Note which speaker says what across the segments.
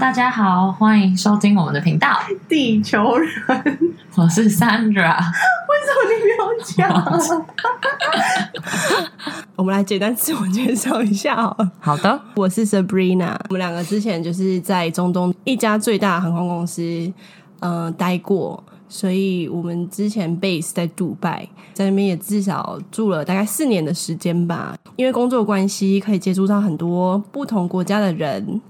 Speaker 1: 大家好，欢迎收听我们的频道，
Speaker 2: 地球人， 为什么
Speaker 1: 我是 Sandra。
Speaker 2: 你没有讲？我们来简单自我介绍一下好了。
Speaker 1: 好的，
Speaker 2: 我是 Sabrina，我们两个之前就是在中东一家最大的航空公司，呃，待过，所以我们之前 base 在杜拜，在那边也至少住了大概四年的时间吧。因为工作关系，可以接触到很多不同国家的人。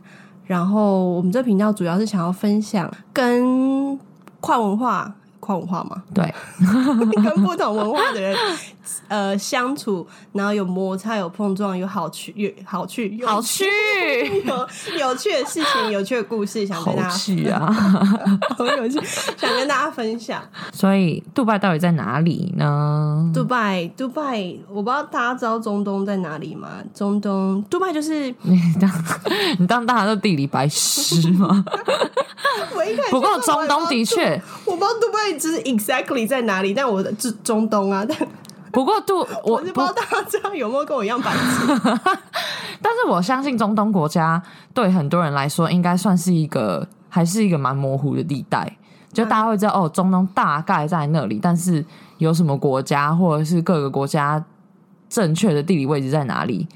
Speaker 2: 然后我们这频道主要是想要分享跟跨文化、跨文化嘛，
Speaker 1: 对，
Speaker 2: 跟不同文化的人 呃相处，然后有摩擦、有碰撞、有好趣、有好趣、有
Speaker 1: 好去，
Speaker 2: 有有趣的事情、有趣的故事，想
Speaker 1: 好
Speaker 2: 跟大家
Speaker 1: 去啊！
Speaker 2: 好有趣，想跟大家 分享。
Speaker 1: 所以，杜拜到底在哪里呢？
Speaker 2: 杜拜，杜拜，我不知道大家知道中东在哪里吗？中东，杜拜就是
Speaker 1: 你当你当大家都地理白痴吗？
Speaker 2: 我一开始
Speaker 1: 不过
Speaker 2: 就说
Speaker 1: 中东的确，
Speaker 2: 我不知道，我不知道杜拜就是 exactly 在哪里，但我是中东啊，但
Speaker 1: 不过杜我
Speaker 2: 我就
Speaker 1: 不
Speaker 2: 不知道大家知道有没有跟我一样 白痴。
Speaker 1: 但是我相信中东国家对很多人来说，应该算是一个还是一个蛮模糊的地带。就大家会知道哦，中东大概在那里，但是有什么国家或者是各个国家正确的地理位置在哪里，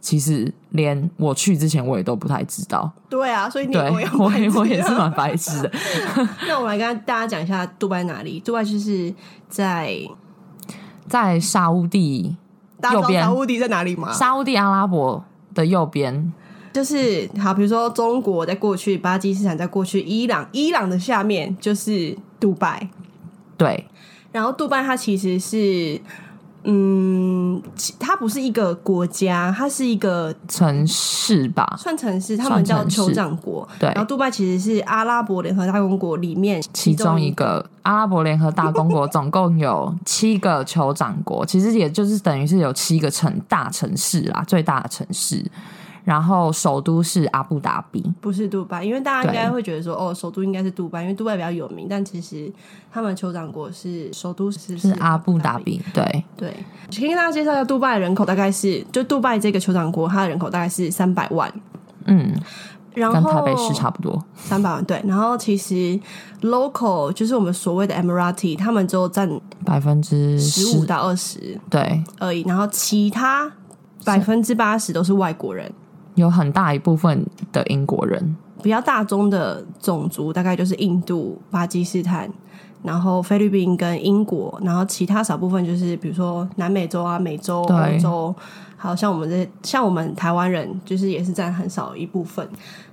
Speaker 1: 其实连我去之前我也都不太知道。
Speaker 2: 对啊，所以你
Speaker 1: 对
Speaker 2: 跟我一样
Speaker 1: 我
Speaker 2: 白
Speaker 1: 也
Speaker 2: 痴
Speaker 1: 我也是蛮白痴的。
Speaker 2: 那我来跟大家讲一下杜拜哪里。杜拜就是在
Speaker 1: 在沙乌地
Speaker 2: 大家
Speaker 1: 右
Speaker 2: 知道
Speaker 1: 边
Speaker 2: 沙乌地在哪里吗？
Speaker 1: 沙乌地阿拉伯的右边，
Speaker 2: 就是好，比如说中国在过去，巴基斯坦在过去，伊朗，伊朗的下面就是杜拜。
Speaker 1: 对
Speaker 2: 然后杜拜它其实是，嗯，其它不是一个国家，它是一个
Speaker 1: 城市吧，
Speaker 2: 算城市，他们
Speaker 1: 算
Speaker 2: 叫
Speaker 1: 城市
Speaker 2: 酋长国。
Speaker 1: 对
Speaker 2: 然后杜拜其实是阿拉伯联合大公国里面
Speaker 1: 其中
Speaker 2: 一
Speaker 1: 一个阿拉伯联合大公国总共有七个酋长国，其实也就是等于是有七个城大城市啦，最大的城市。然后首都是阿布达比，
Speaker 2: 不是杜拜，因为大家应该
Speaker 1: 对
Speaker 2: 会觉得说，哦，首都应该是杜拜，因为杜拜比较有名。但其实他们酋长国是首都是
Speaker 1: 是阿布达。比。对，
Speaker 2: 对，先跟大家介绍一下，杜拜的人口大概是，就杜拜这个酋长国，它的人口大概是三百万，
Speaker 1: 嗯，
Speaker 2: 然
Speaker 1: 跟
Speaker 2: 后
Speaker 1: 台北市差不多。
Speaker 2: 三百万对。然后其实 local 就是我们所谓的 Emirati，他们只有占
Speaker 1: 百分之
Speaker 2: 十五
Speaker 1: 十，
Speaker 2: 到二十
Speaker 1: 对，
Speaker 2: 而已，然后其他百分之八十都是外国人。
Speaker 1: 有很大一部分的英国人，
Speaker 2: 比较大宗的种族大概就是印度、巴基斯坦，然后菲律宾跟英国，然后其他少部分就是比如说南美洲啊、美洲、
Speaker 1: 对
Speaker 2: 欧洲，还有像我们这像我们台湾人，就是也是占很少一部分。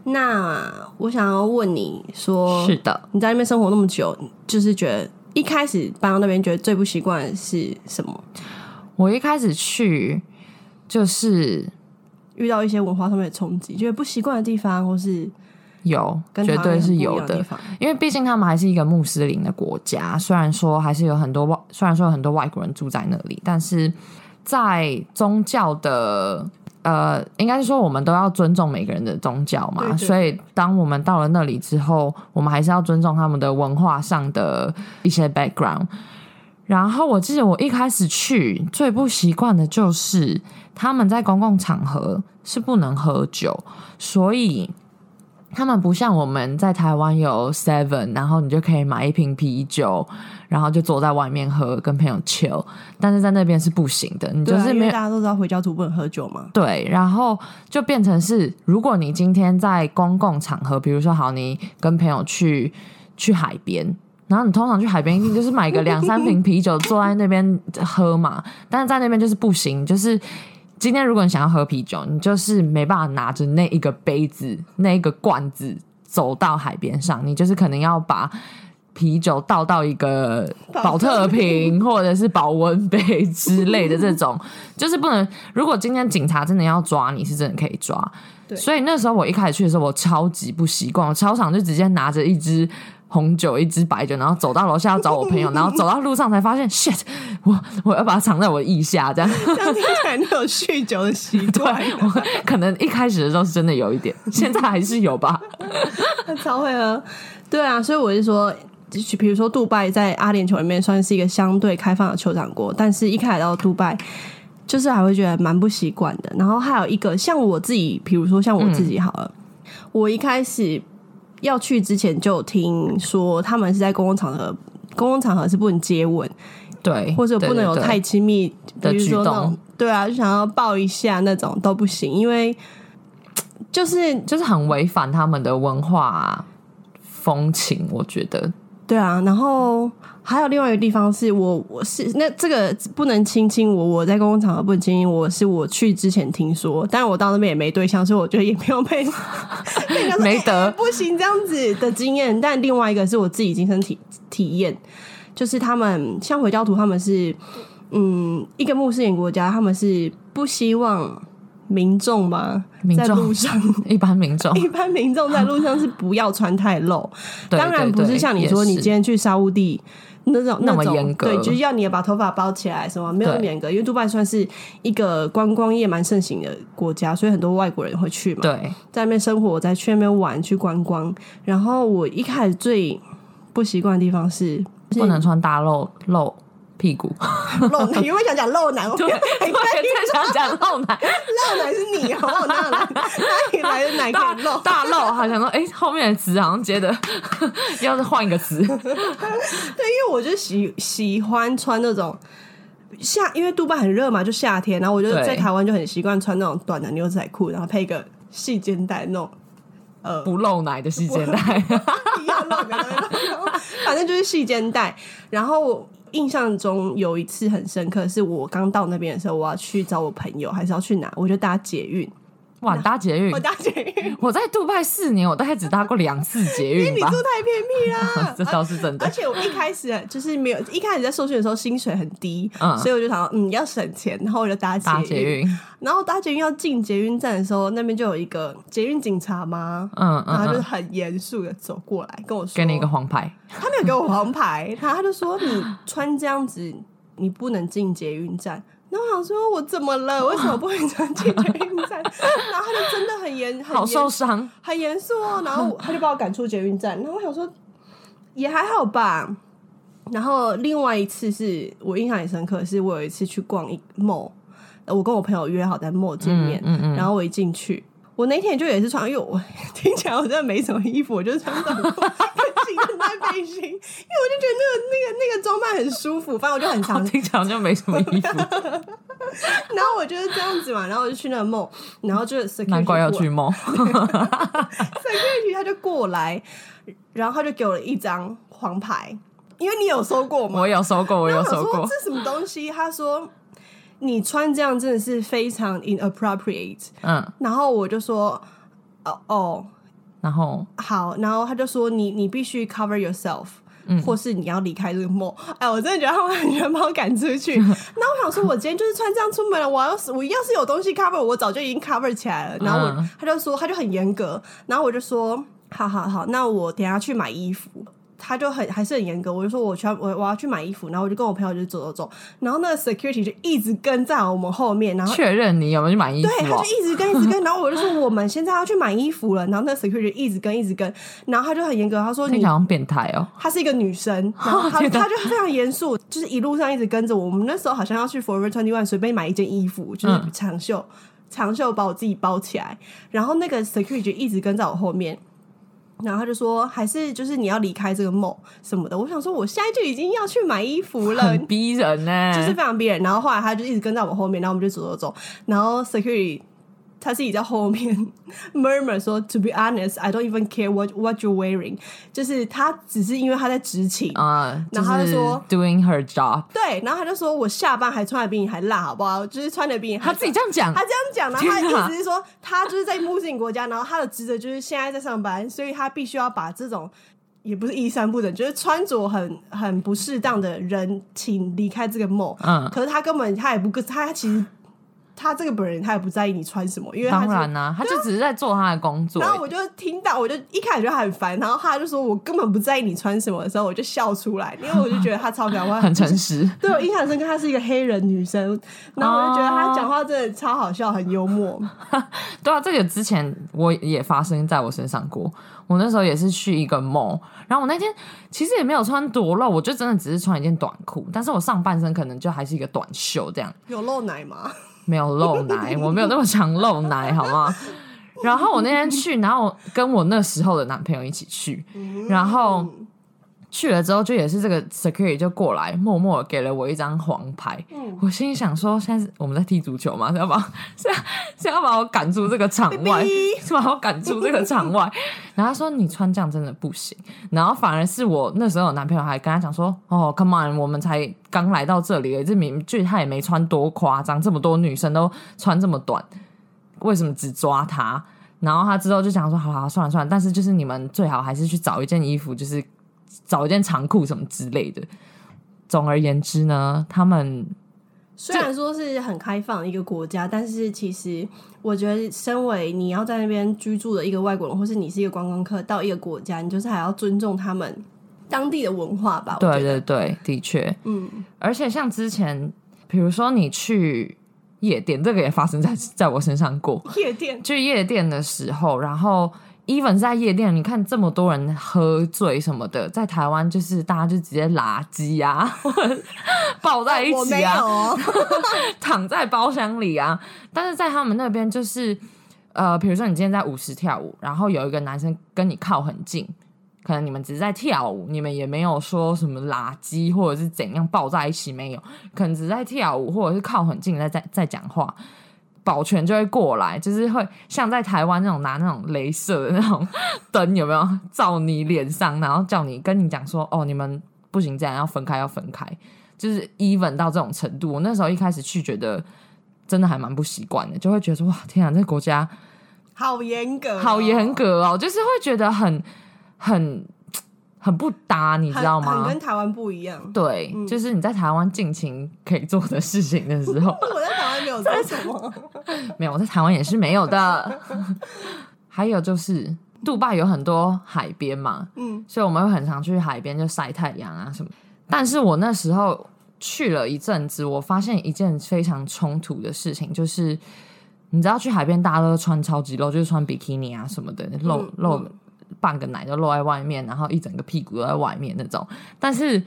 Speaker 2: 那我想要问你说，
Speaker 1: 是的，
Speaker 2: 你在那边生活那么久，就是觉得一开始搬到那边觉得最不习惯的是什么？
Speaker 1: 我一开始去就是
Speaker 2: 遇到一些文化上面的冲击，觉得不习惯的地方，或是
Speaker 1: 有，
Speaker 2: 跟
Speaker 1: 绝
Speaker 2: 台湾
Speaker 1: 对
Speaker 2: 人
Speaker 1: 是
Speaker 2: 不一
Speaker 1: 有
Speaker 2: 样的地方
Speaker 1: 因为毕竟他们还是一个穆斯林的国家，虽然说还是有很多外，虽然说有很多外国人住在那里，但是在宗教的呃，应该是说我们都要尊重每个人的宗教嘛，
Speaker 2: 对对
Speaker 1: 所以当我们到了那里之后，我们还是要尊重他们的文化上的一些 background。然后我记得我一开始去最不习惯的就是他们在公共场合是不能喝酒，所以他们不像我们在台湾有 Seven，然后你就可以买一瓶啤酒，然后就坐在外面喝，跟朋友 chill。但是在那边是不行的，你
Speaker 2: 对
Speaker 1: 就
Speaker 2: 啊
Speaker 1: 是
Speaker 2: 因
Speaker 1: 没
Speaker 2: 为
Speaker 1: 有
Speaker 2: 大家都知道回教徒不能喝酒嘛。
Speaker 1: 对，然后就变成是，如果你今天在公共场合，比如说好，你跟朋友去去海边，然后你通常去海边一定就是买个两三瓶啤酒，坐在那边喝嘛，但是在那边就是不行，就是。今天如果你想要喝啤酒，你就是没办法拿着那一个杯子、那一个罐子走到海边上，你就是可能要把啤酒倒到一个保
Speaker 2: 保
Speaker 1: 特
Speaker 2: 特
Speaker 1: 瓶或者是保温杯之类的这种，就是不能。如果今天警察真的要抓你，是真的可以抓。
Speaker 2: 对
Speaker 1: 所以那时候我一开始去的时候，我超级不习惯，我超常就直接拿着一支红酒、一支白酒，然后走到楼下要找我朋 友，然后走到路上才发现，shit，我我要把它藏在我的腋下，这样。
Speaker 2: 这样听起来你有酗酒的习 惯，
Speaker 1: 我可能一开始的时候是真的有一点，现在还是有吧。
Speaker 2: 他超会喝。对啊，所以我是说，就比如说杜拜在阿联酋里面算是一个相对开放的酋长国，但是一开始到杜拜。就是还会觉得蛮不习惯的，然后还有一个像我自己，比如说像我自己好了，我一开始要去之前就有听说他们是在公共场合，公共场合是不能接吻，
Speaker 1: 对，
Speaker 2: 或者不能有
Speaker 1: 对对对
Speaker 2: 太亲密
Speaker 1: 的
Speaker 2: 比如
Speaker 1: 举
Speaker 2: 说那种
Speaker 1: 动，
Speaker 2: 对啊，就想要抱一下那种都不行，因为就是
Speaker 1: 就是很违反他们的文化风情，我觉得。
Speaker 2: 对啊，然后还有另外一个地方是我我是那这个不能亲亲我，我在公共场合不能亲亲我，是我去之前听说，但我到那边也没对象，所以我觉得也没有 被被人家说
Speaker 1: 没得
Speaker 2: 哎哎不行这样子的经验。但另外一个是我自己亲身体体验，就是他们像回教徒，他们是嗯一个穆斯林国家，他们是不希望民众嘛
Speaker 1: 民
Speaker 2: 哎在
Speaker 1: 众哦
Speaker 2: 路上，
Speaker 1: 一般民众，
Speaker 2: 一般民众在路上是不要穿太露。
Speaker 1: 对
Speaker 2: 当然不
Speaker 1: 对对
Speaker 2: 是像你说，
Speaker 1: 也
Speaker 2: 你
Speaker 1: 是
Speaker 2: 今天去沙乌地那种
Speaker 1: 那么
Speaker 2: 种
Speaker 1: 严格
Speaker 2: 对，就是要你把头发包起来，什么没有那么
Speaker 1: 对
Speaker 2: 严格，因为杜拜算是一个观光业蛮盛行的国家，所以很多外国人会去嘛，
Speaker 1: 对
Speaker 2: 在那边生活，在去那边玩，去观光。然后我一开始最不习惯的地 方是。
Speaker 1: 不能穿大露露屁股，
Speaker 2: 露奶，因为想讲露奶，我
Speaker 1: 对，我也在想讲露奶，
Speaker 2: 露奶是你哦，我哪来哪里来的奶
Speaker 1: 大
Speaker 2: 可以露？
Speaker 1: 大露，好想说，哎、后面的词好像觉得 要是换一个 词，
Speaker 2: 对，因为我就喜喜欢穿那种夏，因为杜拜很热嘛，就夏天，然后我就
Speaker 1: 对
Speaker 2: 在台湾就很习惯穿那种短的牛仔裤，然后配一个细肩带那种。呃，
Speaker 1: 不露奶的细肩带，
Speaker 2: 一样乱的，反正就是细肩带。然后我印象中有一次很深刻，是我刚到那边的时候，我要去找我朋友，还是要去哪？我就搭捷运，
Speaker 1: 哇，你搭捷运
Speaker 2: 我。搭捷 运，
Speaker 1: 我在杜拜四年，我大概只搭过两次捷运
Speaker 2: 你啊住
Speaker 1: 吧，，
Speaker 2: 太偏僻啦
Speaker 1: 这倒是真
Speaker 2: 而
Speaker 1: 的。
Speaker 2: 且我一开始就是没有，一开始在受训的时候薪水很低，
Speaker 1: 嗯
Speaker 2: 所以我就想说嗯要省钱，然后我就搭啊捷
Speaker 1: 搭
Speaker 2: 运。
Speaker 1: 捷运，
Speaker 2: 然后搭捷运要进捷运站的时候，那边就有一个捷运警察嘛，
Speaker 1: 嗯
Speaker 2: 然后
Speaker 1: 嗯
Speaker 2: 啊他就是
Speaker 1: 嗯，
Speaker 2: 很严肃的走过来跟我说，
Speaker 1: 给你一个黄牌，
Speaker 2: 他没有给我黄牌，他他就说你穿这样子你不能进捷运站。然后我想说，我怎么了？为什么不能穿进捷运站？然后他就真的很严，很
Speaker 1: 好
Speaker 2: 严
Speaker 1: 受伤。
Speaker 2: 很严肃 哦，然后我他就把我赶出捷运站，然后我想说 也还好吧。然后另外一次是我印象很深刻，是我有一次去逛一 mall，呃我跟我朋友约好在 mall 见面，
Speaker 1: 嗯嗯嗯
Speaker 2: 然后我一进去，我那天就也是穿，因为我 听起来我真的没什么衣服，我就穿短裤跟紧身带背心，因为我就觉得那个那个那个装扮很舒服，反正我就很
Speaker 1: 我
Speaker 2: 常
Speaker 1: 听起来好像没什么衣 服，
Speaker 2: 然后我就是这样子嘛，然后我就去那个 mall，然后就是 security
Speaker 1: 难怪要
Speaker 2: 过来
Speaker 1: 去梦。
Speaker 2: security 他就过来，然后他就给我了一张黄牌，因为你有收过 吗？
Speaker 1: 我有收过，我有
Speaker 2: 然后
Speaker 1: 收
Speaker 2: 我说
Speaker 1: 过。
Speaker 2: 这什么东西？他说你穿这样真的是非常 inappropriate。
Speaker 1: 嗯，
Speaker 2: 然后我就说哦哦
Speaker 1: 然后
Speaker 2: 好，然后他就说你你必须 cover yourself。或是你要离开这个梦，哎，我真的觉得他们很人把我赶出去。那我想说，我今天就是穿这样出门了，我要是我要是有东西 cover，我早就已经 cover 起来了。然后我、
Speaker 1: 嗯
Speaker 2: 他就说，他就很严格，然后我就说，好好好，那我等一下去买衣服。他就很还是很严格，我就说我去要我我要去买衣服，然后我就跟我朋友就走走走，然后那个 security 就一直跟在我们后面，然后
Speaker 1: 确认你有没有去买衣
Speaker 2: 对，
Speaker 1: 服
Speaker 2: 他
Speaker 1: 哦
Speaker 2: 就？一直跟，一直 跟，然后我就说我们现在要去买衣服了，然后那 security 一直跟，一直跟，然后他就很严格，他说
Speaker 1: 听
Speaker 2: 你
Speaker 1: 起来好像变态哦。
Speaker 2: 她是一个 女生，然后她
Speaker 1: 天哪
Speaker 2: 她就非常严肃，就是一路上一直跟着我。我们那时候好像要去 Forever Twenty One 随便买一件衣服，就是
Speaker 1: 嗯
Speaker 2: 长袖，长袖把我自己包起来，然后那个 security 就一直跟在我后面。然后他就说，还是就是你要离开这个梦什么的。我想说，我现在就已经要去买衣服 了，
Speaker 1: 很逼人呢、
Speaker 2: 就是非常逼人。然后后来他就一直跟在我们后面，然后我们就走走走。然后 security 他自己在后面 murmur 说：“To be honest, I don't even care what what you're wearing。”就是他只是因为他在执勤。
Speaker 1: 啊，就
Speaker 2: 然后他就是说
Speaker 1: doing her job，
Speaker 2: 对，然后他就说：“我下班还穿的比你还辣，好不好？就是穿的比你还
Speaker 1: 他自己这样讲
Speaker 2: 他，这样讲，然后他
Speaker 1: 天哪
Speaker 2: 的意思是说，他就是在穆斯林国家，然后他的职责就是现在在上班，所以他必须要把这种也不是衣衫不整，就是穿着很很不适当的人，请离开这个梦。
Speaker 1: 嗯
Speaker 2: 可是他根本他也不，他其实他这个本人他也不在意你穿什么，因为他
Speaker 1: 当
Speaker 2: 是啊
Speaker 1: 然啦、他就只是在做他的工作
Speaker 2: 然。后我就听到，我就一开始就很烦，然后他就说我根本不在意你穿什么的时候，我就笑出来，因为我就觉得他超搞
Speaker 1: 很诚实，
Speaker 2: 对我印象深刻，她是一个黑人女生，然后我就觉得她讲话真的超好笑，很幽默。
Speaker 1: 对啊，这个之前我也发生在我身上过。我那时候也是去一个 mall，然后我那天其实也没有穿多露，我就真的只是穿一件短裤，但是我上半身可能就还是一个短袖这样。
Speaker 2: 有露奶吗？
Speaker 1: 没有露奶，我没有那么常露奶，好吗？然后我那天去，然后我跟我那时候的男朋友一起去，然后去了之后，就也是这个 security 就过来，默默地给了我一张黄牌。我心里想说，现在是我们在踢足球吗？是要把 是要是要把我赶出这个场外，是把我赶出这个场外。 然后他说你穿这样真的不行。然后反而是我那时候的男朋友还跟他讲说，哦，come on，我们才刚来到这里而已，这名剧他也没穿多夸张，这么多女生都穿这么短。为什么只抓他？然后他之后就想说，好好算了算了，但是就是你们最好还是去找一件衣服，就是找一件长裤什么之类的。总而言之呢，他们
Speaker 2: 虽然说是很开放的一个国家，但是其实我觉得，身为你要在那边居住的一个外国人，或是你是一个观光客到一个国家，你就是还要尊重他们当地的文化吧。我
Speaker 1: 对啊
Speaker 2: 觉得
Speaker 1: 对对，的确，
Speaker 2: 嗯，
Speaker 1: 而且像之前，比如说你去夜店，这个也发生在在我身上过。
Speaker 2: 夜店
Speaker 1: 去夜店的时候，然后 even 在夜店，你看这么多人喝醉什么的，在台湾就是大家就直接拉鸡啊，或者抱在一
Speaker 2: 我没
Speaker 1: 起啊，
Speaker 2: 有哦，
Speaker 1: 躺在包厢里啊。但是在他们那边就是，呃，比如说你今天在舞池跳舞，然后有一个男生跟你靠很近，可能你们只是在跳舞，你们也没有说什么垃圾或者是怎样抱在一起，没有，可能只是在跳舞或者是靠很近在在在讲话。保全就会过来，就是会像在台湾那种拿那种镭射的那种灯，有没有照你脸上，然后叫你跟你讲说，哦，你们不行，这样要分开，要分开。就是 even 到这种程度。我那时候一开始去觉得真的还蛮不习惯的，就会觉得说哇天啊，这个国家
Speaker 2: 好严格哦、
Speaker 1: 好严格哦，就是会觉得很很很不搭，你
Speaker 2: 很，
Speaker 1: 知道
Speaker 2: 很
Speaker 1: 吗？
Speaker 2: 跟台湾不一样。
Speaker 1: 对，
Speaker 2: 嗯
Speaker 1: 就是你在台湾尽情可以做的事情的时候，
Speaker 2: 我在台湾没有做什么，
Speaker 1: 没有我在台湾也是没有的。 还有就是，杜拜有很多海边嘛，
Speaker 2: 嗯，
Speaker 1: 所以我们会很常去海边就晒太阳啊什么。但是我那时候去了一阵子，我发现一件非常冲突的事情，就是你知道去海边大家都穿超级露，就是穿比基尼啊什么的，露
Speaker 2: 嗯
Speaker 1: 露半个奶都露在外面，然后一整个屁股都在外面那种。但是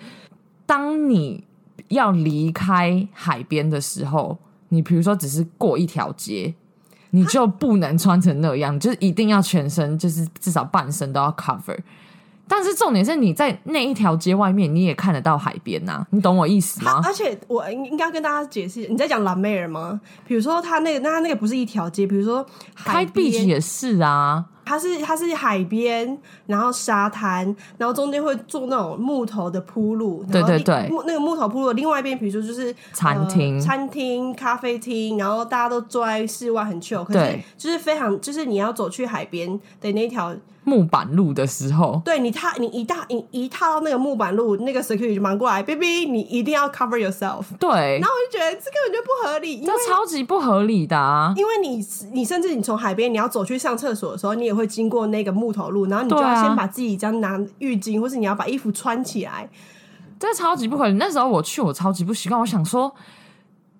Speaker 1: 当你要离开海边的时候，你比如说只是过一条街，你就不能穿成那样，就是一定要全身，就是至少半身都要 cover。但是重点是你在那一条街外面，你也看得到海边呐、啊你懂我意思吗？
Speaker 2: 而且我应应该跟大家解释，你在讲蓝妹儿吗？比如说他那个，那他那个不是一条街，比如说海
Speaker 1: 开 beach
Speaker 2: 边，
Speaker 1: 也是啊，
Speaker 2: 它是它是海边，然后沙滩，然后中间会做那种木头的铺路，然后
Speaker 1: 对对
Speaker 2: 另
Speaker 1: 对
Speaker 2: 木那个木头铺路的另外一边，比如说就是
Speaker 1: 餐厅
Speaker 2: 呃餐厅、咖啡厅，然后大家都坐在室外很 chill，可是
Speaker 1: 对
Speaker 2: 就是非常就是你要走去海边的那条，
Speaker 1: 木板路的时候，
Speaker 2: 对你踏你一踏你一踏到那个木板路，那个 security 就忙过来，baby，你一定要 cover yourself。
Speaker 1: 对
Speaker 2: 然，后我就觉得这根本就不合理，因
Speaker 1: 这
Speaker 2: 为
Speaker 1: 超级不合理的啊！
Speaker 2: 因为你你甚至你从海边你要走去上厕所的时候，你也会经过那个木头路，然后你就
Speaker 1: 对
Speaker 2: 要
Speaker 1: 啊
Speaker 2: 先把自己这样拿浴巾，或是你要把衣服穿起来。
Speaker 1: 这超级不合理。那时候我去，我超级不习惯，我想说。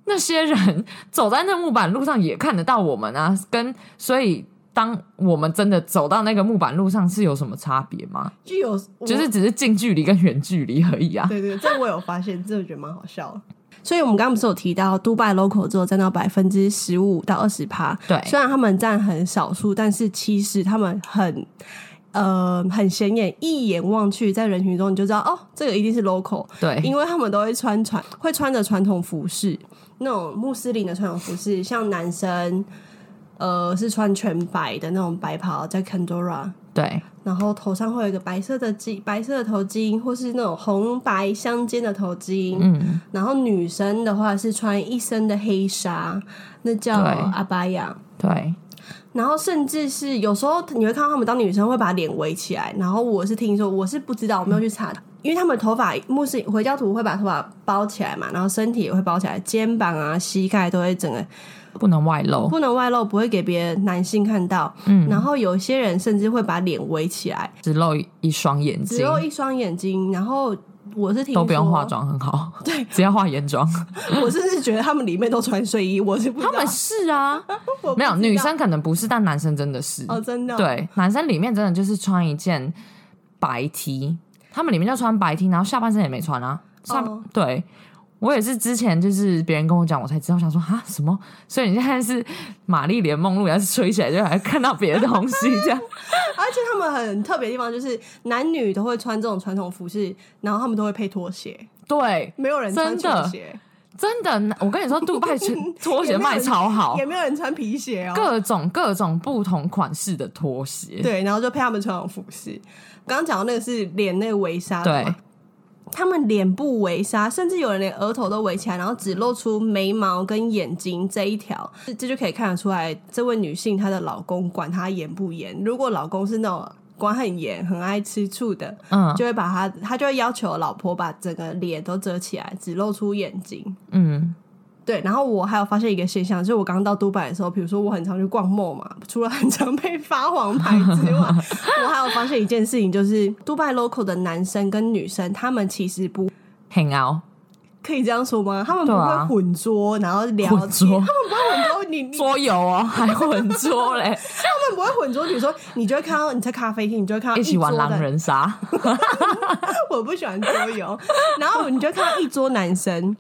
Speaker 1: 那些人 走在那木板路上也看得到我们啊，跟所以当我们真的走到那个木板路上是有什么差别吗？
Speaker 2: 就有
Speaker 1: 就是只是近距离跟远距离而已啊
Speaker 2: 我。对对，这我有发现，这我觉得蛮好笑的。所以我们刚刚不是有提到，杜拜 local 只有占到百分之十五到二十趴，
Speaker 1: 对
Speaker 2: 虽然他们占很少数，但是其实他们很。呃，很显眼，一眼望去，在人群中你就知道，哦，这个一定是 local，
Speaker 1: 对
Speaker 2: 因为他们都会穿传会穿着传统服饰，那种穆斯林的传统服饰，像男生，呃，是穿全白的那种白袍，在 Kandora，
Speaker 1: 对
Speaker 2: 然后头上会有一个白色的巾，白色的头巾，或是那种红白相间的头巾。
Speaker 1: 嗯，
Speaker 2: 然后女生的话是穿一身的黑纱，那叫
Speaker 1: 对
Speaker 2: 阿巴亚。
Speaker 1: 对
Speaker 2: 然后甚至是有时候你会看到他们当女生会把脸围起来，然后我是听说，我是不知道，我没有去查，因为他们头发穆斯回教徒会把头发包起来嘛，然后身体也会包起来，肩膀啊、膝盖都会整个
Speaker 1: 不能外露。
Speaker 2: 不能外露，不会给别人男性看到。
Speaker 1: 嗯
Speaker 2: 然后有些人甚至会把脸围起来，
Speaker 1: 只露一双眼
Speaker 2: 只
Speaker 1: 睛，
Speaker 2: 有一双眼睛，然后。我是听
Speaker 1: 都不用
Speaker 2: 说
Speaker 1: 化，妆，很好。
Speaker 2: 对，
Speaker 1: 只要化眼妆。
Speaker 2: 我甚至觉得他们里面都穿睡衣，我是不知
Speaker 1: 他
Speaker 2: 道
Speaker 1: 们是啊，
Speaker 2: 我不
Speaker 1: 没有
Speaker 2: 知道
Speaker 1: 女生可能不是，但男生真的是。
Speaker 2: 哦，真的哦
Speaker 1: 对，男生里面真的就是穿一件白 T，他们里面就穿白 T，然后下半身也没穿啊。上、
Speaker 2: 哦
Speaker 1: 对，我也是之前就是别人跟我讲，我才知道，我想说啊什么？所以你现在是玛丽莲梦露，要是吹起来就还看到别的东西 这样。
Speaker 2: 而且他们很特别的地方就是男女都会穿这种传统服饰，然后他们都会配拖鞋，
Speaker 1: 对，
Speaker 2: 没有人穿
Speaker 1: 真的
Speaker 2: 球鞋，
Speaker 1: 真的，我跟你说，杜拜全拖鞋卖超好
Speaker 2: 也，没有人穿皮鞋哦。
Speaker 1: 各种各种不同款式的拖鞋。
Speaker 2: 对，然后就配他们传统服饰。刚刚讲到那个是连那个围纱的嘛，
Speaker 1: 对
Speaker 2: 他们脸部围纱，甚至有人连额头都围起来，然后只露出眉毛跟眼睛这一条，这这就可以看得出来，这位女性她的老公管她严不严。如果老公是那种管很严、很爱吃醋的，
Speaker 1: 嗯
Speaker 2: 就会把她，她就会要求老婆把整个脸都遮起来，只露出眼睛。
Speaker 1: 嗯，
Speaker 2: 对，然后我还有发现一个现象，就是我刚到杜拜的时候，比如说我很常去逛 mall 嘛，除了很常被发黄牌之 外，我还有发现一件事情，就是杜拜 local 的男生跟女生，他们其实不
Speaker 1: 很熬，
Speaker 2: 可以这样说吗？他们不
Speaker 1: 对啊
Speaker 2: 会混桌，然后聊
Speaker 1: 混
Speaker 2: 天，
Speaker 1: 桌
Speaker 2: 他们不会混桌，你 你
Speaker 1: 啊桌游哦，还混桌 嘞，
Speaker 2: 他们不会混桌，比如说你就会看到你在咖啡厅，你就会看到
Speaker 1: 一起
Speaker 2: 桌
Speaker 1: 玩
Speaker 2: 的
Speaker 1: 狼人杀。
Speaker 2: 我不喜欢桌游。然后你就看到一桌男生，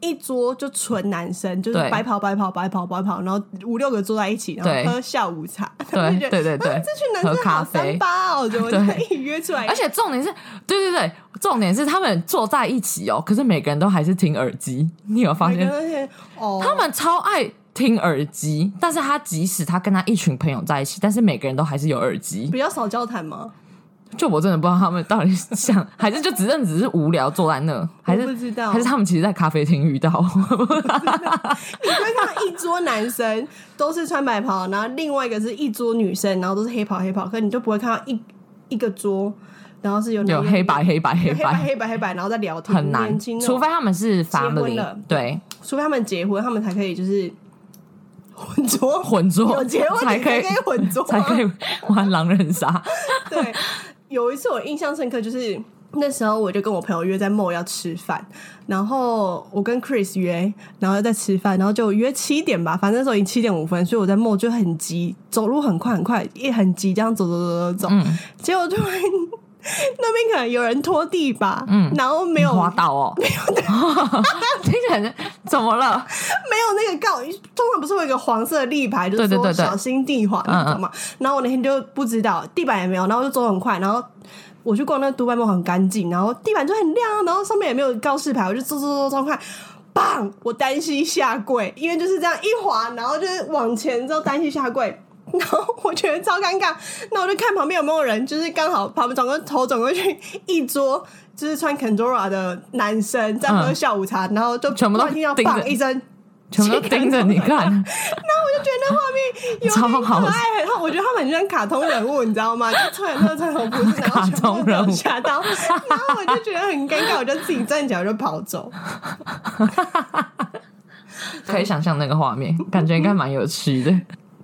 Speaker 2: 一桌就纯男生，就是
Speaker 1: 对
Speaker 2: 白跑白跑白跑白跑，然后五六个坐在一起，然
Speaker 1: 对
Speaker 2: 后喝下午茶。
Speaker 1: 对
Speaker 2: 他们就觉得
Speaker 1: 对对对
Speaker 2: 啊这群男
Speaker 1: 喝
Speaker 2: 生
Speaker 1: 咖
Speaker 2: 好
Speaker 1: 啡
Speaker 2: 三八哦，怎么
Speaker 1: 对
Speaker 2: 可以约出来？
Speaker 1: 而且重点是，对对对，重点是他们坐在一起哦，可是每个人都还是听耳机，你有发
Speaker 2: 每个
Speaker 1: 现？
Speaker 2: 人都觉得哦，
Speaker 1: 他们超爱听耳机，但是他即使他跟他一群朋友在一起，但是每个人都还是有耳机。
Speaker 2: 比较少交谈吗？
Speaker 1: 就我真的不知道他们到底是想， 还是就只认只是无聊坐在那，还是
Speaker 2: 我不知道
Speaker 1: 还是他们其实在咖啡厅遇到，
Speaker 2: 你就会看到一桌男生都是穿白袍，然后另外一个是一桌女生，然后都是黑袍黑袍，可你就不会看到一一个桌，然后是有
Speaker 1: 有
Speaker 2: 男
Speaker 1: 黑白黑白黑
Speaker 2: 有黑白
Speaker 1: 白，
Speaker 2: 黑白黑白，然后在聊天，
Speaker 1: 很难，
Speaker 2: 年轻那哦种
Speaker 1: 除非他们是
Speaker 2: 婚
Speaker 1: family，
Speaker 2: 了
Speaker 1: 对，
Speaker 2: 除非他们结婚，他们才可以就是混桌，
Speaker 1: 混
Speaker 2: 有
Speaker 1: 桌
Speaker 2: 结婚
Speaker 1: 才
Speaker 2: 你
Speaker 1: 可以
Speaker 2: 可以混桌啊，
Speaker 1: 才可以玩狼人杀，
Speaker 2: 对，有一次我印象深刻，就是那时候我就跟我朋友约在 mall 要吃饭，然后我跟 Chris 约，然后在吃饭，然后就约七点吧，反正那时候已经七点五分，所以我在 mall 就很急，走路很快很快，也很急，这样走走走走走，
Speaker 1: 嗯
Speaker 2: 结果突然那边可能有人拖地吧，
Speaker 1: 嗯
Speaker 2: 然后没有
Speaker 1: 滑倒 哦，听起来怎么了？
Speaker 2: 没有那个告，通常不是会有一个黄色的立牌，就是
Speaker 1: 对对
Speaker 2: 说
Speaker 1: 对对嗯
Speaker 2: 小心地滑那种嘛。然后我那天就不知道地板也没有，然后就走很快，然后我去逛那个独白梦很干净，然后地板就很亮，然后上面也没有告示牌，我就走走走走快。棒！我单膝下跪，因为就是这样一滑，然后就是往前之后单膝下跪， 然后我觉得超尴尬。那我就看旁边有没有人，就是刚好旁边转过头转过去，一桌就是穿 Kendora 的男生在喝
Speaker 1: 嗯
Speaker 2: 下午茶，然后就
Speaker 1: 全部都
Speaker 2: 突然听到
Speaker 1: 盯着
Speaker 2: 砰一声，
Speaker 1: 全部都盯着你看，
Speaker 2: 我就觉得那画面有点可爱，然后我觉得他们很像卡通人物，你知道吗？就突然那个穿红裤子，然后全部都有吓到，然后我就觉得很尴尬，我就自己站起来我就跑走。
Speaker 1: 可以想象那个画面，感觉应该蛮有趣的。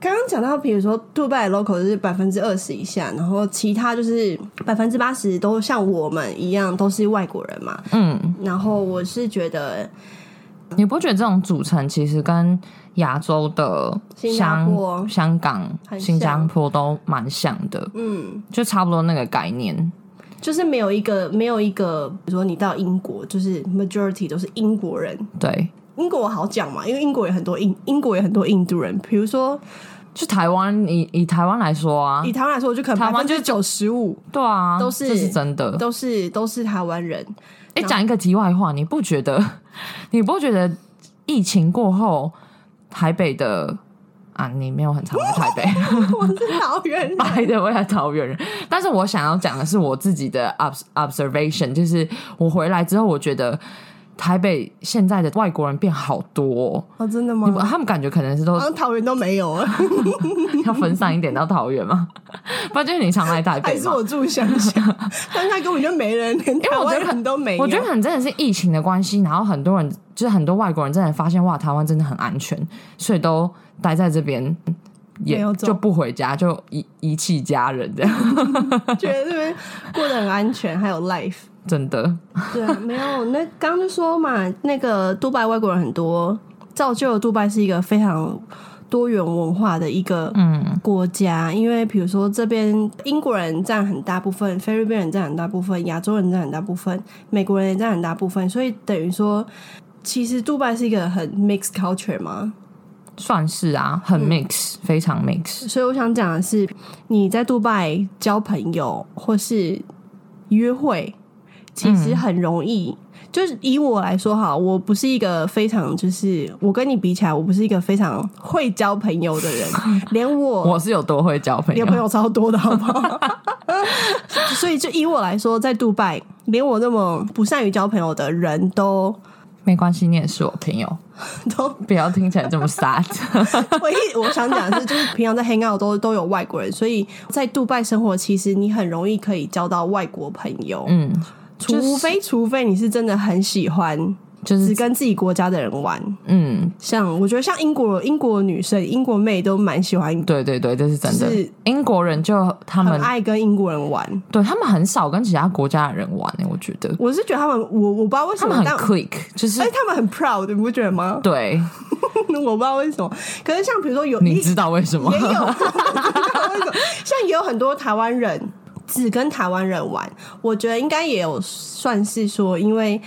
Speaker 2: 刚刚讲到，比如说杜拜的 local 是百分之二十以下，然后其他就是百分之八十都像我们一样都是外国人嘛。
Speaker 1: 嗯，
Speaker 2: 然后我是觉得
Speaker 1: 你不觉得这种组成其实跟亚洲的
Speaker 2: 新加坡
Speaker 1: 香香港、
Speaker 2: 很像
Speaker 1: 新加坡都蛮像的，
Speaker 2: 嗯，
Speaker 1: 就差不多那个概念。
Speaker 2: 就是没有一个没有一个，比如说你到英国，就是 majority 都是英国人。
Speaker 1: 对，
Speaker 2: 英国好讲嘛，因为英国也很多印，英国也很多印度人。比如说
Speaker 1: 就台湾以以台湾来说啊
Speaker 2: 以，台湾来说，我就可能
Speaker 1: 台
Speaker 2: 百
Speaker 1: 湾
Speaker 2: 分
Speaker 1: 就
Speaker 2: 之九十五
Speaker 1: 对啊，
Speaker 2: 都是
Speaker 1: 这是真的。
Speaker 2: 都是都是台湾 人。
Speaker 1: 哎，讲一个题外话，你不觉得？ 你不觉得疫情过后，台北的啊，你没有很常去台北，
Speaker 2: 我是桃园人，
Speaker 1: 拜的，我也桃园人。但是我想要讲的是我自己的 obs- observation，就是我回来之后，我觉得台北现在的外国人变好多哦、
Speaker 2: 哦，真 的
Speaker 1: 你们
Speaker 2: 吗？
Speaker 1: 他们感觉可能是都
Speaker 2: 好像桃园都没有了，
Speaker 1: 要分散一点到桃园嘛， 不然就是你常来台
Speaker 2: 还
Speaker 1: 北
Speaker 2: 是
Speaker 1: 嘛。
Speaker 2: 我住乡下， 乡下根本就没人，连
Speaker 1: 因为
Speaker 2: 台
Speaker 1: 我觉
Speaker 2: 湾
Speaker 1: 得
Speaker 2: 人都没有。
Speaker 1: 我觉得可能真的是疫情的关系，然后很多人就是很多外国人真的发现哇，台湾真的很安全，所以都待在这边，
Speaker 2: 没
Speaker 1: 也
Speaker 2: 有走
Speaker 1: 就不回家，就遗遗弃家人这样，
Speaker 2: 觉得这边过得很安全，还有 life。
Speaker 1: 真的。
Speaker 2: 对，没有。那刚刚就说嘛，那个杜拜外国人很多，造就了杜拜是一个非常多元文化的一个
Speaker 1: 嗯
Speaker 2: 国家。因为比如说这边英国人占很大部分，菲律宾人占很大部分，亚洲人占很大部分，美国人也占很大部分，所以等于说。其实杜拜是一个很 mixed culture 嘛，
Speaker 1: 算是啊，很
Speaker 2: 嗯
Speaker 1: mix，、非常 mix。
Speaker 2: 所以我想讲的是，你在杜拜交朋友或是约会，其实很容易。就是以我来说哈，我不是一个非常就是我跟你比起来，我不是一个非常会交朋友的人，连我
Speaker 1: 我是有多会交朋
Speaker 2: 你
Speaker 1: 友
Speaker 2: 的朋，友超多的，好不好？所以就以我来说，在杜拜，连我这么不善于交朋友的人都
Speaker 1: 没关系，你也是我朋友，
Speaker 2: 都，
Speaker 1: 不要听起来这么 sad。
Speaker 2: 我一我想讲的是，就是平常在 hang out 都都有外国人，所以在杜拜生活，其实你很容易可以交到外国朋友，
Speaker 1: 嗯，
Speaker 2: 除非除非你是真的很喜欢
Speaker 1: 就
Speaker 2: 只
Speaker 1: 是
Speaker 2: 跟自己国家的人玩。
Speaker 1: 嗯，
Speaker 2: 像我觉得像英国英国女生、英国妹都蛮喜欢，
Speaker 1: 对对对，这是真的。
Speaker 2: 就是
Speaker 1: 英国人就他
Speaker 2: 很
Speaker 1: 们
Speaker 2: 爱跟英国人玩。
Speaker 1: 对他们很少跟其他国家的人玩、欸，我觉得
Speaker 2: 我是觉得他们，我我不哎知道为
Speaker 1: 他
Speaker 2: 什
Speaker 1: 们
Speaker 2: 么
Speaker 1: 很，
Speaker 2: 但
Speaker 1: quick，就是
Speaker 2: 而且他们很 proud，你不觉得吗？
Speaker 1: 对，
Speaker 2: 我不知道为什么，可是像比如说有
Speaker 1: 你
Speaker 2: 也
Speaker 1: 知道为什么
Speaker 2: 也？有， 我不知道为什么像也有很多台湾人只跟台湾人玩，我觉得应该也有算是说，因为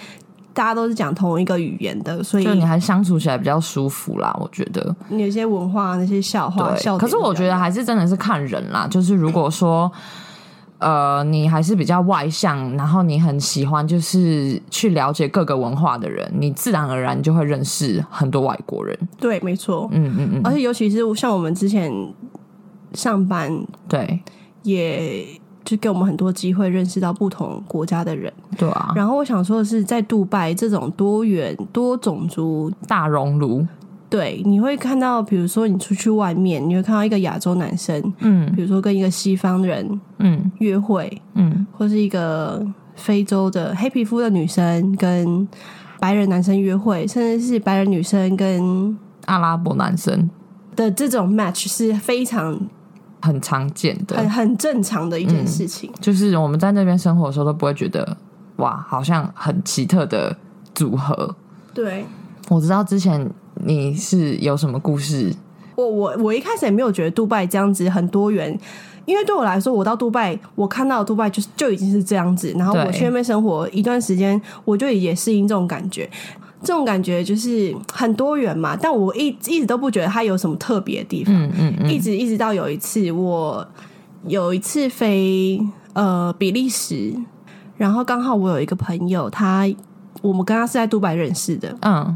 Speaker 2: 大家都是讲同一个语言的，所以
Speaker 1: 就你还相处起来比较舒服啦，我觉得。
Speaker 2: 有些文化那些笑话笑
Speaker 1: 对，
Speaker 2: 点
Speaker 1: 可是我
Speaker 2: 比较
Speaker 1: 觉得还是真的是看人啦。就是如果说，呃，你还是比较外向，然后你很喜欢就是去了解各个文化的人，你自然而然就会认识很多外国人。
Speaker 2: 对，没错，
Speaker 1: 嗯嗯嗯，
Speaker 2: 而且尤其是像我们之前上班
Speaker 1: 对
Speaker 2: 也。就给我们很多机会认识到不同国家的人，
Speaker 1: 对啊，
Speaker 2: 然后我想说的是，在杜拜这种多元多种族
Speaker 1: 大熔炉，
Speaker 2: 对，你会看到，比如说你出去外面，你会看到一个亚洲男生，
Speaker 1: 嗯
Speaker 2: 比如说跟一个西方人
Speaker 1: 嗯
Speaker 2: 约会，
Speaker 1: 嗯，
Speaker 2: 或是一个非洲的黑皮肤的女生跟白人男生约会，甚至是白人女生跟
Speaker 1: 阿拉伯男生
Speaker 2: 的这种 match 是非常
Speaker 1: 很常见
Speaker 2: 很
Speaker 1: 的，
Speaker 2: 很正常的一件事情。
Speaker 1: 就是我们在那边生活的时候都不会觉得哇，好像很奇特的组合。
Speaker 2: 对
Speaker 1: 我知道之前你是有什么故事
Speaker 2: 我我我一开始也没有觉得杜拜这样子很多元。因为对我来说，我到杜拜，我看到的杜拜就是就已经是这样子，然后
Speaker 1: 对
Speaker 2: 我去那边生活一段时间，我就也适应这种感觉。这种感觉就是很多元嘛，但我一一直都不觉得它有什么特别的地方，
Speaker 1: 嗯嗯嗯，
Speaker 2: 一直一直到有一次，我有一次飞呃比利时，然后刚好我有一个朋友，他我们跟他是在杜拜认识的，
Speaker 1: 嗯，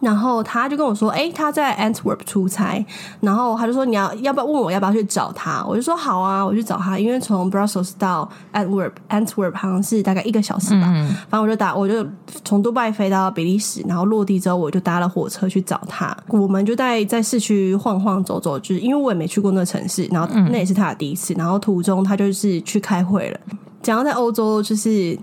Speaker 2: 然后他就跟我说：“哎、他在 Antwerp 出差。”然后他就说：“你要要不要问我要不要去找他？”我就说：“好啊，我去找他。”因为从 Brussels 到 Antwerp Antwerp 好像是大概一个小时吧。反正我就打，我就从杜拜飞到比利时，然后落地之后我就搭了火车去找他。我们就在在市区晃晃走走，就是因为我也没去过那个城市，然后那也是他的第一次。然后途中他就是去开会了。讲到在欧洲，就是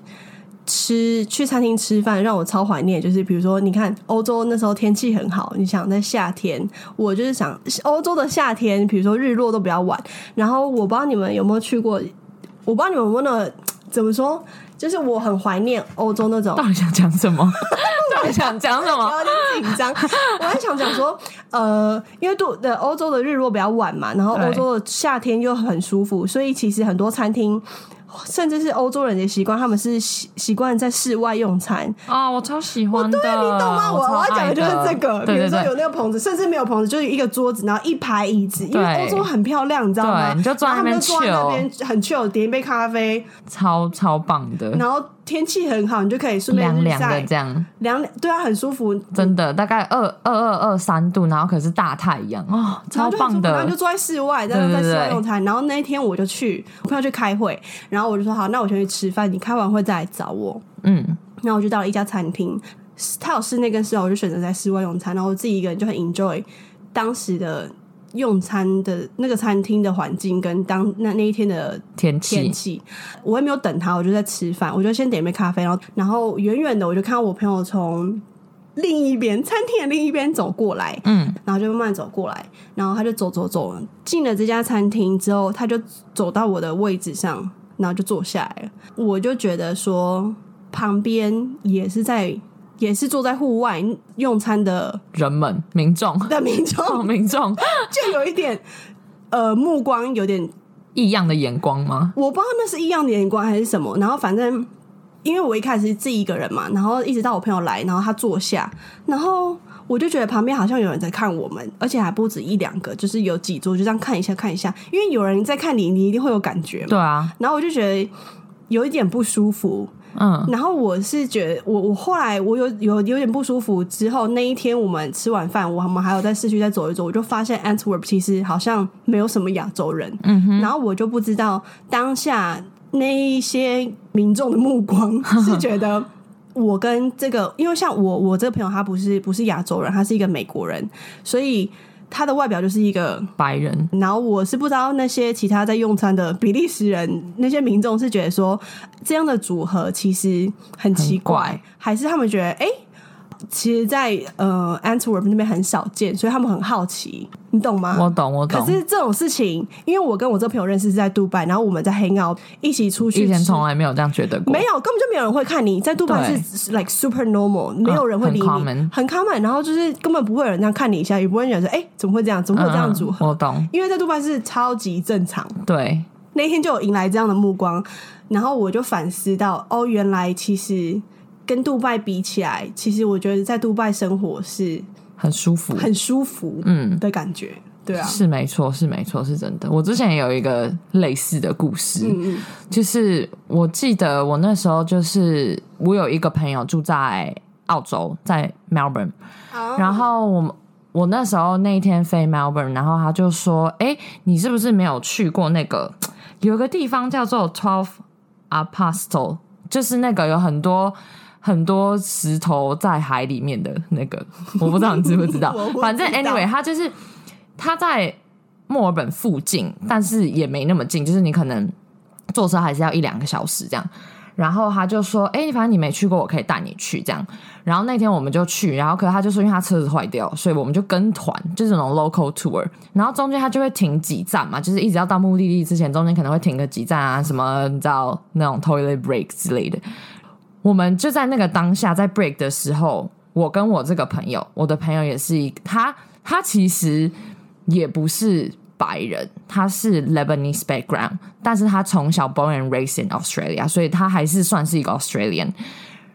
Speaker 2: 吃去餐厅吃饭让我超怀念，就是比如说，你看欧洲那时候天气很好，你想在夏天，我就是想哦欧洲的夏天，比如说日落都比较晚。然后我不知道你们有没有去过，我不知道你们有没有那个怎么说，就是我很怀念欧洲那种
Speaker 1: 到底想讲什 么？到底想讲什么？
Speaker 2: 有点 紧张。我在想讲说，呃，因为杜的欧洲的日落比较晚嘛，然后
Speaker 1: 对
Speaker 2: 欧洲的夏天又很舒服，所以其实很多餐厅。甚至是欧洲人的习惯，他们是习习惯在室外用餐，
Speaker 1: 啊、我超喜欢的，
Speaker 2: 对，你懂吗？我
Speaker 1: 我哦超
Speaker 2: 要讲
Speaker 1: 爱
Speaker 2: 的就是这个，比
Speaker 1: 对
Speaker 2: 如
Speaker 1: 对
Speaker 2: 说有
Speaker 1: 对，
Speaker 2: 那个棚子，甚至没有棚子，就是一个桌子，然后一排椅子，因为
Speaker 1: 对
Speaker 2: 欧洲很漂亮，你知道吗？
Speaker 1: 对你就坐在那边
Speaker 2: 然后他们就坐在那边很 chill，点一杯咖啡，
Speaker 1: 超超棒的，
Speaker 2: 然后天气很好，你就可以顺便
Speaker 1: 凉
Speaker 2: 日
Speaker 1: 凉的
Speaker 2: 晒
Speaker 1: 这样，
Speaker 2: 凉凉，对啊，很舒服，
Speaker 1: 真的大概二二二二三度，然后可是大太阳哦，
Speaker 2: 然
Speaker 1: 超
Speaker 2: 后就很舒
Speaker 1: 棒
Speaker 2: 服然后
Speaker 1: 的
Speaker 2: 就，坐在室外，在
Speaker 1: 对对
Speaker 2: 在室外
Speaker 1: 对
Speaker 2: 用餐。然后那一天我就去，我朋友去开会，然后我就说好，那我先去吃饭，你开完会再来找我。
Speaker 1: 嗯，
Speaker 2: 然后我就到了一家餐厅，它有室内跟室外，我就选择在室外用餐。然后我自己一个人就很 enjoy 当时的用餐的那个餐厅的环境跟当那那一天的
Speaker 1: 天
Speaker 2: 天
Speaker 1: 气，
Speaker 2: 气。我也没有等他，我就在吃饭，我就先点一杯咖啡，然后然后远远的我就看到我朋友从另一边餐厅的另一边走过来，
Speaker 1: 嗯，
Speaker 2: 然后就慢慢走过来，然后他就走走走，进了这家餐厅之后，他就走到我的位置上，然后就坐下来了。我就觉得说，旁边也是在也是坐在户外用餐的
Speaker 1: 人们民众，
Speaker 2: 的民众，
Speaker 1: 哦民众
Speaker 2: 就有一点呃目光有点
Speaker 1: 异样的眼光吗？
Speaker 2: 我不知道那是异样的眼光还是什么，然后反正。因为我一开始是自己一个人嘛，然后一直到我朋友来，然后他坐下，然后我就觉得旁边好像有人在看我们，而且还不止一两个，就是有几桌就这样看一下看一下，因为有人在看你，你一定会有感觉嘛。
Speaker 1: 对啊，
Speaker 2: 然后我就觉得有一点不舒服，
Speaker 1: 嗯，
Speaker 2: 然后我是觉得，我我后来我有有有点不舒服之后，那一天我们吃完饭，我们还有在市区再走一走，我就发现 Antwerp 其实好像没有什么亚洲人，嗯哼，然后我就不知道当下那一些民众的目光是觉得。我跟这个，因为像我，我这个朋友他不是不是亚洲人，他是一个美国人，所以他的外表就是一个
Speaker 1: 白人，
Speaker 2: 然后我是不知道那些其他在用餐的比利时人那些民众是觉得说这样的组合其实很奇怪，
Speaker 1: 很怪
Speaker 2: 还是他们觉得哎、诶其实在，呃 Antwerp 那边很少见，所以他们很好奇，你懂吗？
Speaker 1: 我懂，我懂
Speaker 2: 啊可。是这种事情，因为我跟我这朋友认识是在杜拜，然后我们在 hang out 一起出去
Speaker 1: 以前
Speaker 2: 吃
Speaker 1: 从来没有这样觉得过，
Speaker 2: 没有，根本就没有人会看你，在杜拜
Speaker 1: 对
Speaker 2: 是 like super normal，没有人会理你，
Speaker 1: 很 common
Speaker 2: 很 common，然后就是根本不会有人这样看你一下，也不会有人说，哎、怎么会这样？怎么会有这样组合？
Speaker 1: 嗯我懂。
Speaker 2: 因为在杜拜是超级正常。
Speaker 1: 对，
Speaker 2: 那天就有迎来这样的目光，然后我就反思到，哦，原来其实跟杜拜比起来，其实我觉得在杜拜生活是
Speaker 1: 很舒服，
Speaker 2: 很舒服
Speaker 1: 嗯，
Speaker 2: 的感觉，对啊，
Speaker 1: 是没错，是没错，是真的。我之前也有一个类似的故事，
Speaker 2: 嗯嗯
Speaker 1: 就是我记得我那时候就是我有一个朋友住在澳洲，在 Melbourne，
Speaker 2: 啊
Speaker 1: 然后我们我那时候那一天飞 Melbourne，然后他就说：“哎、你是不是没有去过那个有一个地方叫做 Twelve Apostle，就是那个有很多。”很多石头在海里面的那个， 我不知道你知不知道
Speaker 2: 我不。知
Speaker 1: 反正
Speaker 2: 道
Speaker 1: anyway，他就是他在墨尔本附近，但是也没那么近，就是你可能坐车还是要一两个小时这样。然后他就说：“哎、反正你没去过，我可以带你去这样。”然后那天我们就去，然后可是他就说，因为他车子坏掉，所以我们就跟团，就是那种 local tour。然后中间他就会停几站嘛，就是一直要到目的地之前，中间可能会停个几站啊，什么你知道那种 toilet break 之类的。我们就在那个当下，在 break 的时候，我跟我这个朋友，我的朋友也是一他，他其实也不是白人，他是 Lebanese background，但是他从小 born and raised in Australia，所以他还是算是一个 Australian。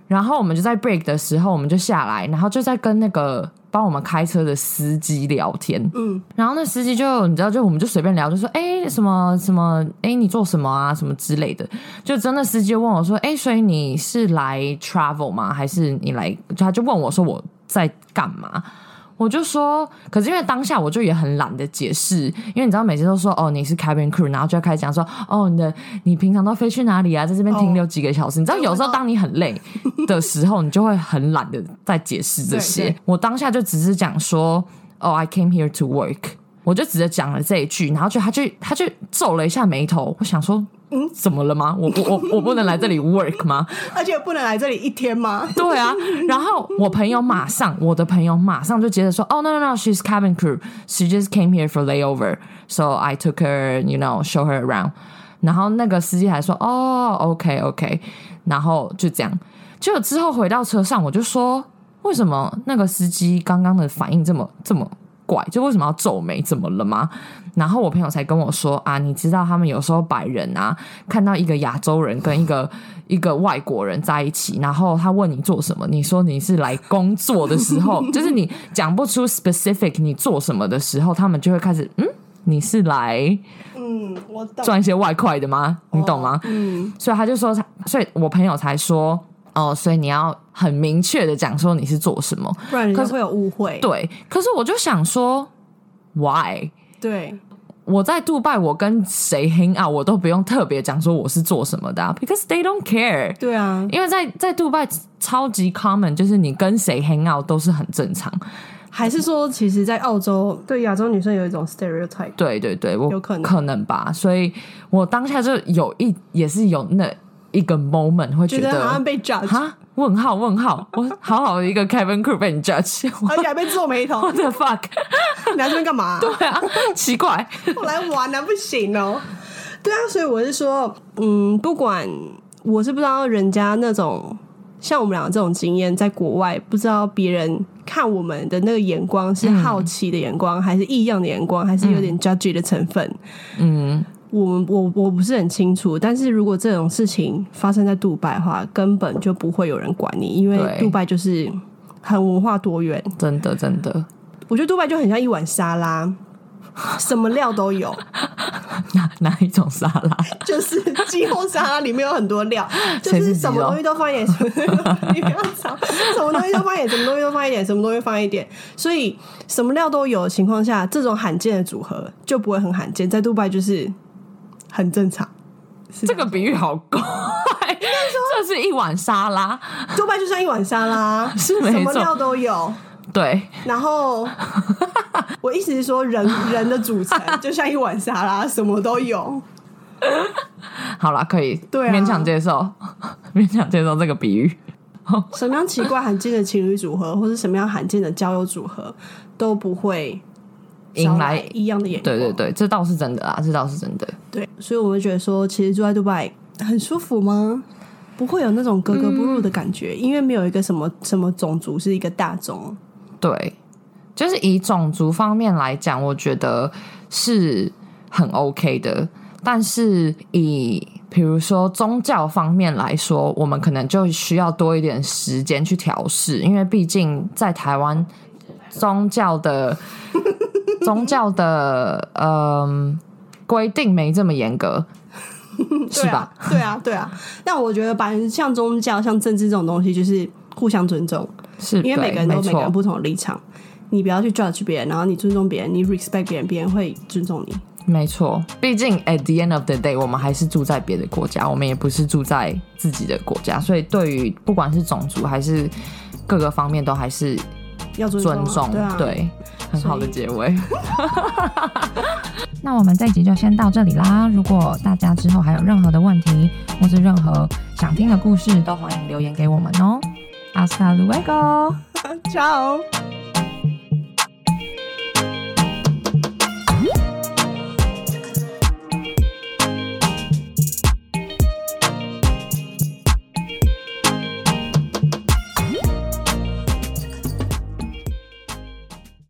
Speaker 1: 然后我们就在 break 的时候，我们就下来，然后就在跟那个帮我们开车的司机聊天。
Speaker 2: 嗯，
Speaker 1: 然后那司机就你知道，就我们就随便聊，就说哎什么什么，哎你做什么啊什么之类的。就真的司机就问我说，哎，所以你是来 travel 吗？还是你来？就他就问我说我在干嘛？我就说，可是因为当下我就也很懒得解释，因为你知道每次都说哦你是 cabin crew，然后就要开始讲说哦你的你平常都飞去哪里啊，在这边停留几个小时。你知道有时候当你很累的时候，你就会很懒得再解释这
Speaker 2: 对
Speaker 1: 些
Speaker 2: 对。
Speaker 1: 我当下就只是讲说哦 I came here to work，我就直接讲了这一句，然后就他就他就皱了一下眉头，我想说。嗯，怎么了吗？我我我我不能来这里 work 吗？
Speaker 2: 而且不能来这里一天吗？
Speaker 1: 对啊，然后我朋友马上，我的朋友马上就接着说，哦、no no no，she's cabin crew，she just came here for layover，so I took her，you know，show her around。然后那个司机还说，哦，OK OK，然后就这样。结果之后回到车上，我就说，为什么那个司机刚刚的反应这么这么怪？就为什么要皱眉？怎么了吗？然后我朋友才跟我说啊，你知道他们有时候白人啊，看到一个亚洲人跟一个一个外国人在一起，然后他问你做什么，你说你是来工作的时候，就是你讲不出 specific 你做什么的时候，他们就会开始嗯，你是来
Speaker 2: 嗯，我懂，
Speaker 1: 赚一些外快的吗？你懂吗？
Speaker 2: 嗯，
Speaker 1: 所以他就说，所以我朋友才说哦，所以你要很明确的讲说你是做什么。
Speaker 2: 不然人家
Speaker 1: 可是
Speaker 2: 会有误会，
Speaker 1: 对，可是我就想说，why？
Speaker 2: 对
Speaker 1: 我在杜拜，我跟谁 hang out，我都不用特别讲说我是做什么的、啊、，because they don't care。
Speaker 2: 对啊，
Speaker 1: 因为在在杜拜超级 common，就是你跟谁 hang out 都是很正常。
Speaker 2: 还是说其实，在澳洲对亚洲女生有一种 stereotype，
Speaker 1: 对对对，我
Speaker 2: 有可能
Speaker 1: 吧，所以我当下就有一也是有那一个 moment 会觉
Speaker 2: 觉得好像
Speaker 1: 得
Speaker 2: 被 judge，
Speaker 1: 哈问号问号，我好好的一个 Kevin Crew 被你 judge，
Speaker 2: 而且还被皱眉头
Speaker 1: 我，的 fuck，
Speaker 2: 你来这边干嘛、
Speaker 1: 对啊，奇怪，
Speaker 2: 我来玩啊，不行哦。对啊，所以我是说，嗯，不管我是不知道人家那种像我们俩这种经验，在国外不知道别人看我们的那个眼光是好奇的眼光，还是异样的眼光，还是有点 judgy 的成分。
Speaker 1: 嗯，
Speaker 2: 我们我我不是很清楚，但是如果这种事情发生在杜拜的话，根本就不会有人管你，因为
Speaker 1: 对
Speaker 2: 杜拜就是很文化多元。
Speaker 1: 真的真的，
Speaker 2: 我觉得杜拜就很像一碗沙拉，什么料都有，
Speaker 1: 哪哪一种沙拉？
Speaker 2: 就是鸡肉沙拉里面有很多料，就
Speaker 1: 谁是
Speaker 2: 是
Speaker 1: 鸡
Speaker 2: 什么
Speaker 1: 肉
Speaker 2: 东西都放 一点，什么东西都放一点你不要吵，什么东西都放一点，什么东西都放一点，什么东西放一点，所以什么料都有的情况下，这种罕见的组合就不会很罕见，在杜拜就是很正常。
Speaker 1: 这个比喻好怪，这是一碗沙拉，
Speaker 2: 杜拜就像一碗沙拉，
Speaker 1: 是没
Speaker 2: 什么
Speaker 1: 错
Speaker 2: 料都有。
Speaker 1: 对，
Speaker 2: 然后我意思是说人，人的组成就像一碗沙拉，什么都有。
Speaker 1: 好啦，可以，
Speaker 2: 对啊
Speaker 1: 勉强接受， 勉强接受这个比喻，
Speaker 2: 什么样奇怪罕见的情侣组合，或是什么样罕见的交友组合，都不会
Speaker 1: 迎
Speaker 2: 招
Speaker 1: 来
Speaker 2: 异样的眼光。
Speaker 1: 对对对，这倒是真的啊，这倒是真的。
Speaker 2: 对所以我们觉得说，其实住在杜拜很舒服吗？不会有那种格格不入的感
Speaker 1: 嗯
Speaker 2: 觉，因为没有一个什么什么种族是一个大宗。
Speaker 1: 对，就是以种族方面来讲，我觉得是很 OK 的。但是以比如说宗教方面来说，我们可能就需要多一点时间去调试，因为毕竟在台湾宗教的 宗教的嗯规定没这么严 格，是
Speaker 2: 对
Speaker 1: 吧
Speaker 2: 啊？，对啊，对啊。但我觉得，反正像宗教、像政治这种东西，就是互相尊重，
Speaker 1: 是
Speaker 2: 啊因为每
Speaker 1: 嗯对
Speaker 2: 个人都有
Speaker 1: 没
Speaker 2: 每个人
Speaker 1: 错，
Speaker 2: 不同的立场。你不要去 judge 别人，然后你尊重别人，你 respect 别人，别人会尊重你。
Speaker 1: 没错。毕竟 at the end of the day，我们还是住在别的国家，我们也不是住在自己的国家，所以对于不管是种族还是各个方面，都还是
Speaker 2: 要尊重啊，
Speaker 1: 尊重，
Speaker 2: 对啊，
Speaker 1: 很
Speaker 2: 所
Speaker 1: 好的
Speaker 2: 以
Speaker 1: 结尾。
Speaker 3: 那我们这集就先到这里啦。如果大家之后还有任何的问题，或是任何想听的故事，都欢迎留言给我们哦。Hasta luego。
Speaker 2: Ciao。